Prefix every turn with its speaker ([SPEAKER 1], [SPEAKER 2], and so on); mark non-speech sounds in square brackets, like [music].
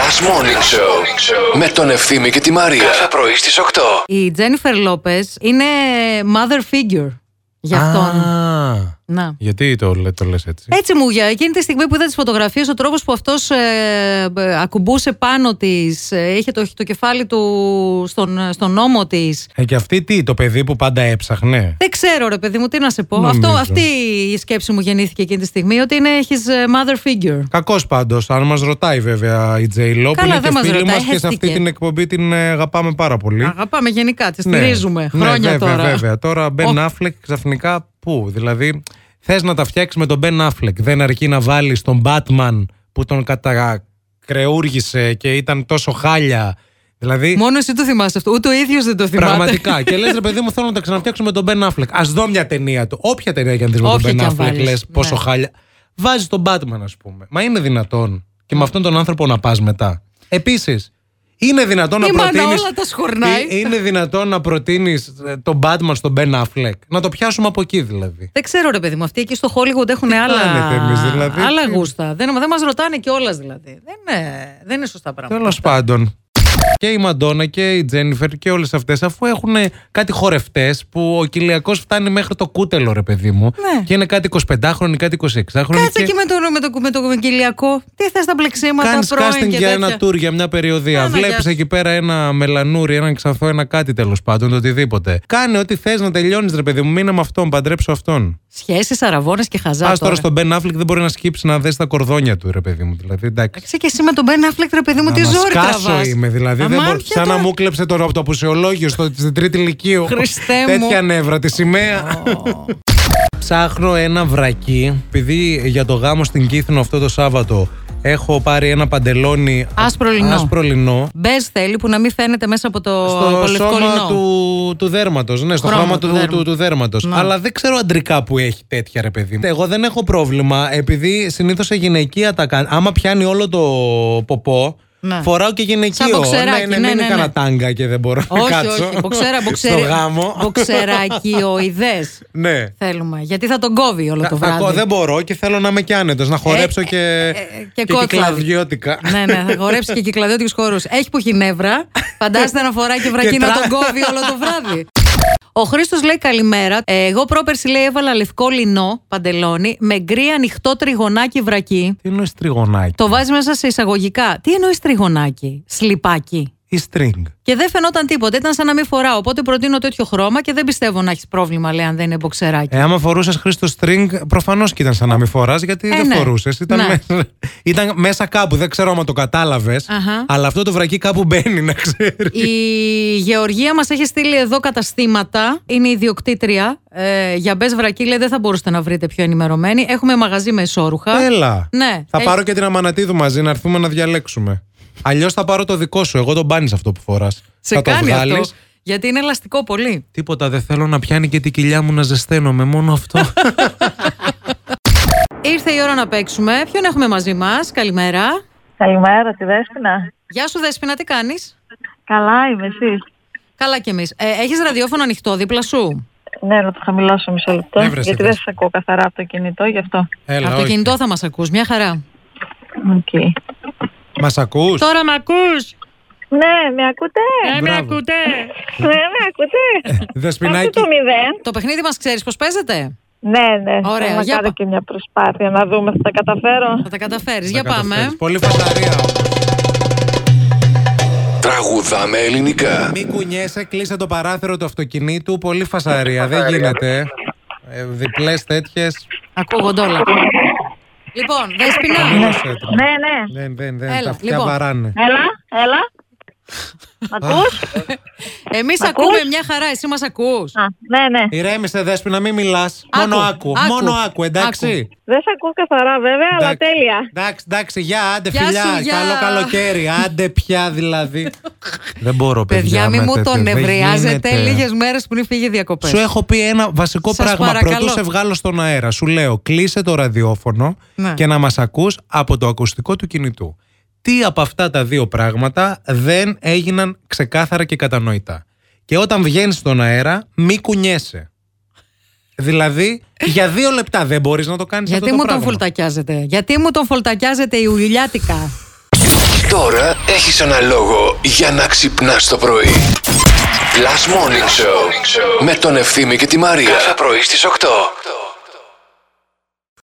[SPEAKER 1] Last Morning Show με τον Ευθύμη και τη Μαρία. Κάθε πρωί στις 8.
[SPEAKER 2] Η Τζένιφερ Λόπες είναι mother figure για αυτόν. Ε.
[SPEAKER 3] Α,
[SPEAKER 2] Να.
[SPEAKER 3] γιατί το, λέ- το λες έτσι.
[SPEAKER 2] Έτσι μου για εκείνη τη στιγμή που είδα τις φωτογραφίες ο τρόπος που αυτός ε, ε, ακουμπούσε πάνω της ε, είχε το, το κεφάλι του στον, ε, στον ώμο της
[SPEAKER 3] Ε, και αυτή τι, το παιδί που πάντα έψαχνε.
[SPEAKER 2] δεν ξέρω ρε παιδί μου τι να σε πω
[SPEAKER 3] Νομίζω.
[SPEAKER 2] Αυτό, αυτή η σκέψη μου γεννήθηκε εκείνη τη στιγμή ότι είναι his ε, mother figure
[SPEAKER 3] Κακός πάντως, αν μας ρωτάει βέβαια η Τζέι Λό, που
[SPEAKER 2] Καλά,
[SPEAKER 3] είναι
[SPEAKER 2] δεν
[SPEAKER 3] και
[SPEAKER 2] μας
[SPEAKER 3] φίλη
[SPEAKER 2] ρωτάει,
[SPEAKER 3] μας και σε αυτή
[SPEAKER 2] χαίστηκε.
[SPEAKER 3] την εκπομπή την ε, αγαπάμε πάρα πολύ.
[SPEAKER 2] αγαπάμε γενικά τη
[SPEAKER 3] Ναι.
[SPEAKER 2] στηρίζουμε
[SPEAKER 3] Ναι,
[SPEAKER 2] χρόνια
[SPEAKER 3] βέβαια,
[SPEAKER 2] τώρα
[SPEAKER 3] Βέβαια, τώρα Μπεν Αφλεκ ξαφνικά πού. Δηλαδή, θες να τα φτιάξεις με τον Μπεν Αφλεκ. Δεν αρκεί να βάλεις τον Batman που τον κατακρεούργησε και ήταν τόσο χάλια. Δηλαδή,
[SPEAKER 2] μόνο εσύ το θυμάσαι αυτό ούτε ο ίδιος δεν το θυμάται
[SPEAKER 3] πραγματικά. και λες, ρε παιδί μου, θέλω να τα ξαναφτιάξω με τον Μπεν Αφλεκ. Ας δω μια ταινία του. Όποια ταινία και αν δεις με τον
[SPEAKER 2] Όποια
[SPEAKER 3] Μπεν
[SPEAKER 2] κι αν
[SPEAKER 3] Αφλεκ,
[SPEAKER 2] βάλεις,
[SPEAKER 3] λες πόσο
[SPEAKER 2] ναι.
[SPEAKER 3] χάλια. Βάζεις τον Batman, ας πούμε. Μα είναι δυνατόν και με αυτόν τον άνθρωπο να πας μετά. Επίσης, είναι δυνατόν
[SPEAKER 2] Η
[SPEAKER 3] να
[SPEAKER 2] μάνα
[SPEAKER 3] προτείνεις.
[SPEAKER 2] όλα τα σχορνάει.
[SPEAKER 3] Είναι δυνατόν να προτείνεις τον Batman στον Μπεν Αφλεκ. Να το πιάσουμε από εκεί δηλαδή.
[SPEAKER 2] Δεν ξέρω ρε παιδί μου, αυτοί εκεί στο Hollywood έχουν άλλα,
[SPEAKER 3] κάνετε εμείς, δηλαδή,
[SPEAKER 2] άλλα
[SPEAKER 3] τι-
[SPEAKER 2] γούστα. Δεν, δεν μας ρωτάνε κιόλας δηλαδή. Δεν είναι, δεν είναι σωστά πράγματα.
[SPEAKER 3] Τέλο πάντων. Και η Μαντόνα και η Τζένιφερ και όλες αυτές, αφού έχουν κάτι χορευτές που ο Κυλιακός φτάνει μέχρι το κούτελο, ρε παιδί μου.
[SPEAKER 2] Ναι.
[SPEAKER 3] Και είναι κάτι 25χρονοι, κάτι 26χρονοι.
[SPEAKER 2] Κάτσε εκεί με το, με το, με το κυλιακό. Τι θες τα μπλεξίματα,
[SPEAKER 3] Κάνεις
[SPEAKER 2] πρώην
[SPEAKER 3] casting
[SPEAKER 2] και
[SPEAKER 3] για
[SPEAKER 2] τέτοια.
[SPEAKER 3] ένα τουρ, για μια περιοδία.
[SPEAKER 2] Άνα, γεια
[SPEAKER 3] Βλέπει
[SPEAKER 2] σου.
[SPEAKER 3] εκεί πέρα ένα μελανούρι, έναν ξαφό, ένα κάτι τέλος πάντων, το οτιδήποτε. Κάνε ό,τι θες να τελειώνεις, ρε παιδί μου. Μείνε με αυτόν, παντρέψω αυτόν.
[SPEAKER 2] Σχέσεις, αραβώνες και χαζά
[SPEAKER 3] Α
[SPEAKER 2] τώρα.
[SPEAKER 3] τώρα στον Μπεν Αφλικ δεν μπορεί να σκύψει να δέσει τα κορδόνια του, ρε παιδί μου. Δηλαδή, εντάξει.
[SPEAKER 2] Κάτσε και εσύ με τον Μπεν Αφλεκ, ρε παιδί μου, τι
[SPEAKER 3] Να
[SPEAKER 2] ζόρι
[SPEAKER 3] σκάσω
[SPEAKER 2] τραβάς.
[SPEAKER 3] είμαι, δηλαδή. δεν
[SPEAKER 2] Αμάν,
[SPEAKER 3] μπορώ.
[SPEAKER 2] ποια
[SPEAKER 3] Σαν να
[SPEAKER 2] τώρα-
[SPEAKER 3] μου κλέψε το, από το απουσιολόγιο στο, στην τρίτη ηλικίου.
[SPEAKER 2] Χριστέ μου.
[SPEAKER 3] Τέτοια νεύρα, τη σημαία. Ψάχνω ένα βρακί. Επειδή για το γάμο στην Κίθινο αυτό το Σάββατο έχω πάρει ένα παντελόνι
[SPEAKER 2] Άσπρο λινό.
[SPEAKER 3] άσπρο λινό.
[SPEAKER 2] Μπες θέλει που να μην φαίνεται μέσα από το, από
[SPEAKER 3] Στο
[SPEAKER 2] λευκό
[SPEAKER 3] σώμα
[SPEAKER 2] λινό.
[SPEAKER 3] του, του δέρματος. Ναι, στο
[SPEAKER 2] Χρώμα
[SPEAKER 3] χρώμα
[SPEAKER 2] του
[SPEAKER 3] του,
[SPEAKER 2] δέρμα.
[SPEAKER 3] του, του δέρματος.
[SPEAKER 2] Ναι.
[SPEAKER 3] Αλλά δεν ξέρω αντρικά που έχει τέτοια, ρε παιδί. μου. Εγώ δεν έχω πρόβλημα, επειδή συνήθως σε γυναικεία τα κάνω. Άμα πιάνει όλο το ποπό,
[SPEAKER 2] Ναι.
[SPEAKER 3] φοράω και γυναικείο.
[SPEAKER 2] Σαν μποξεράκι,
[SPEAKER 3] ναι, ναι,
[SPEAKER 2] ναι,
[SPEAKER 3] μην
[SPEAKER 2] ναι,
[SPEAKER 3] είναι
[SPEAKER 2] ναι.
[SPEAKER 3] κανένα τάγκα και δεν μπορώ
[SPEAKER 2] Όχι,
[SPEAKER 3] να κάτσω.
[SPEAKER 2] όχι, μποξέρα, μποξέρα.
[SPEAKER 3] [laughs] Στο γάμο.
[SPEAKER 2] Μποξερακιοειδές
[SPEAKER 3] [laughs] ναι.
[SPEAKER 2] θέλουμε. Γιατί θα τον κόβει όλο το
[SPEAKER 3] Θα- θα-
[SPEAKER 2] βράδυ. Ε,
[SPEAKER 3] δεν μπορώ και θέλω να είμαι και άνετος, να χορέψω και,
[SPEAKER 2] και κόκλα.
[SPEAKER 3] κυκλαδιώτικα.
[SPEAKER 2] Ναι, ναι, θα χορέψει και κυκλαδιώτικους χώρους. Έχει που νεύρα. Φαντάζεστε να φοράει και βρακί
[SPEAKER 3] Και
[SPEAKER 2] να
[SPEAKER 3] τρα-
[SPEAKER 2] τον κόβει όλο το βράδυ. Ο Χρήστος λέει καλημέρα. Ε, εγώ πρόπερση λέει έβαλα λευκό λινό παντελόνι με γκρι ανοιχτό τριγωνάκι βρακί.
[SPEAKER 3] [laughs] Τι εννοείς τριγωνάκι.
[SPEAKER 2] Το βάζει μέσα σε εισαγωγικά. Τι εννοείς τριγωνάκι, σλιπάκι.
[SPEAKER 3] Η string.
[SPEAKER 2] Και δεν φαινόταν τίποτα. Ήταν σαν να μην φοράω. Οπότε προτείνω τέτοιο χρώμα και δεν πιστεύω να έχεις πρόβλημα, λέει, αν δεν είναι μποξεράκι.
[SPEAKER 3] Ε, άμα φορούσες Χρήστο string, προφανώς και ήταν σαν να μην φοράς, γιατί
[SPEAKER 2] Ε,
[SPEAKER 3] δεν
[SPEAKER 2] ναι.
[SPEAKER 3] φορούσες. Ήταν,
[SPEAKER 2] Ναι.
[SPEAKER 3] μέσα, ήταν μέσα κάπου, δεν ξέρω αν το κατάλαβες.
[SPEAKER 2] Αχα.
[SPEAKER 3] Αλλά αυτό το βρακί κάπου μπαίνει, να ξέρεις.
[SPEAKER 2] Η Γεωργία μας έχει στείλει εδώ καταστήματα. Είναι ιδιοκτήτρια. Ε, για μπες βρακί, λέει, δεν θα μπορούσατε να βρείτε πιο ενημερωμένη. Έχουμε μαγαζί με ισόρουχα.
[SPEAKER 3] Έλα.
[SPEAKER 2] Ναι.
[SPEAKER 3] Θα
[SPEAKER 2] Έχει-
[SPEAKER 3] πάρω και την αμανατίδου μαζί να έρθουμε να διαλέξουμε. Αλλιώς θα πάρω το δικό σου. Εγώ τον μπάνεις αυτό που φοράς.
[SPEAKER 2] Σε
[SPEAKER 3] θα το
[SPEAKER 2] κάνει
[SPEAKER 3] βγάλει.
[SPEAKER 2] αυτό. Γιατί είναι ελαστικό πολύ.
[SPEAKER 3] Τίποτα δεν θέλω να πιάνει και την κοιλιά μου να ζεσταίνομαι. Μόνο αυτό.
[SPEAKER 2] [laughs] Ήρθε η ώρα να παίξουμε. Ποιον έχουμε μαζί μας. Καλημέρα.
[SPEAKER 4] Καλημέρα, τη Δέσποινα.
[SPEAKER 2] Γεια σου, Δέσποινα, τι κάνεις.
[SPEAKER 4] Καλά είμαι εσύ.
[SPEAKER 2] Καλά κι εμείς. Ε, έχεις ραδιόφωνο ανοιχτό δίπλα σου.
[SPEAKER 4] Ναι, να το χαμηλώσω μισό λεπτό.
[SPEAKER 3] Ναι, βρες,
[SPEAKER 4] γιατί
[SPEAKER 3] βρε.
[SPEAKER 4] δεν σας ακούω καθαρά από το κινητό, γι' αυτό.
[SPEAKER 3] Έλα,
[SPEAKER 2] Από το κινητό θα μας ακούς. Μια χαρά.
[SPEAKER 4] Okay.
[SPEAKER 3] Μας ακούς.
[SPEAKER 2] Τώρα με ακούς.
[SPEAKER 4] Ναι, με ακούτε.
[SPEAKER 2] ακούτε.
[SPEAKER 4] Ναι, με ακούτε. Πάτε
[SPEAKER 3] Δεσπινάκι.
[SPEAKER 4] το μηδέν.
[SPEAKER 2] Το παιχνίδι μας ξέρεις πώς παίζεται.
[SPEAKER 4] Ναι, ναι.
[SPEAKER 2] Ωραία,
[SPEAKER 4] θα
[SPEAKER 2] για
[SPEAKER 4] κάνω
[SPEAKER 2] πα.
[SPEAKER 4] και μια προσπάθεια να δούμε αν θα τα καταφέρω.
[SPEAKER 2] Θα τα καταφέρεις. Για πάμε.
[SPEAKER 3] Καταφέρεις. Πολύ φανταρία.
[SPEAKER 1] Τραγουδάμε ελληνικά.
[SPEAKER 3] Μην κουνιέσαι, κλείσε το παράθυρο του αυτοκινήτου. Πολύ φασαρία, δεν γίνεται. Ε, Διπλές τέτοιες.
[SPEAKER 2] Ακούγονται όλα. Λοιπόν, Δεσπινά.
[SPEAKER 4] Ναι, ναι.
[SPEAKER 3] Δεν, δεν,
[SPEAKER 2] Έλα,
[SPEAKER 3] δεν. Τα αυτιά
[SPEAKER 2] λοιπόν.
[SPEAKER 3] βαράνε.
[SPEAKER 4] Έλα, έλα. [laughs] Μ' ακούς?
[SPEAKER 2] Εμείς ακούμε μια χαρά, εσύ μας ακούς.
[SPEAKER 4] Α, ναι, ναι.
[SPEAKER 3] Ηρέμησε, Δέσποινα, μην μιλάς.
[SPEAKER 2] Άκου,
[SPEAKER 3] Μόνο άκου.
[SPEAKER 2] άκου.
[SPEAKER 3] Μόνο άκου, εντάξει.
[SPEAKER 2] Άκου.
[SPEAKER 4] Δεν σε ακούω καθαρά βέβαια, αλλά
[SPEAKER 3] Εντάξει.
[SPEAKER 4] τέλεια.
[SPEAKER 3] Εντάξει, εντάξει, γεια, άντε
[SPEAKER 2] Γεια σου,
[SPEAKER 3] φιλιά.
[SPEAKER 2] γεια.
[SPEAKER 3] Καλό καλοκαίρι, άντε πια δηλαδή. δεν μπορώ,
[SPEAKER 2] Παιδιά, μη
[SPEAKER 3] με
[SPEAKER 2] μου
[SPEAKER 3] τέτοιο,
[SPEAKER 2] τον
[SPEAKER 3] δεν
[SPEAKER 2] νευριάζετε
[SPEAKER 3] γίνεται.
[SPEAKER 2] λίγες μέρες πριν φύγει διακοπές.
[SPEAKER 3] Σου έχω πει ένα βασικό
[SPEAKER 2] Σας
[SPEAKER 3] πράγμα.
[SPEAKER 2] παρακαλώ.
[SPEAKER 3] Πρωτού σε βγάλω στον αέρα. Σου λέω, κλείσε το ραδιόφωνο
[SPEAKER 2] Ναι.
[SPEAKER 3] και να μας ακούς από το ακουστικό του κινητού. Τι από αυτά τα δύο πράγματα δεν έγιναν ξεκάθαρα και κατανοητά. Και όταν βγαίνεις στον αέρα, μη κουνιέσαι. Δηλαδή, για δύο λεπτά δεν μπορείς να το κάνεις αυτό.
[SPEAKER 2] Γιατί
[SPEAKER 3] το
[SPEAKER 2] μου τον
[SPEAKER 3] πράγμα.
[SPEAKER 2] φολτακιάζετε. Γιατί μου τον φολτακιάζετε η ουλιάτικα.
[SPEAKER 1] Τώρα έχεις ένα λόγο για να ξυπνάς το πρωί. Last Morning Show με τον Ευθύμη και τη Μαρία. Κάθε πρωί στις 8.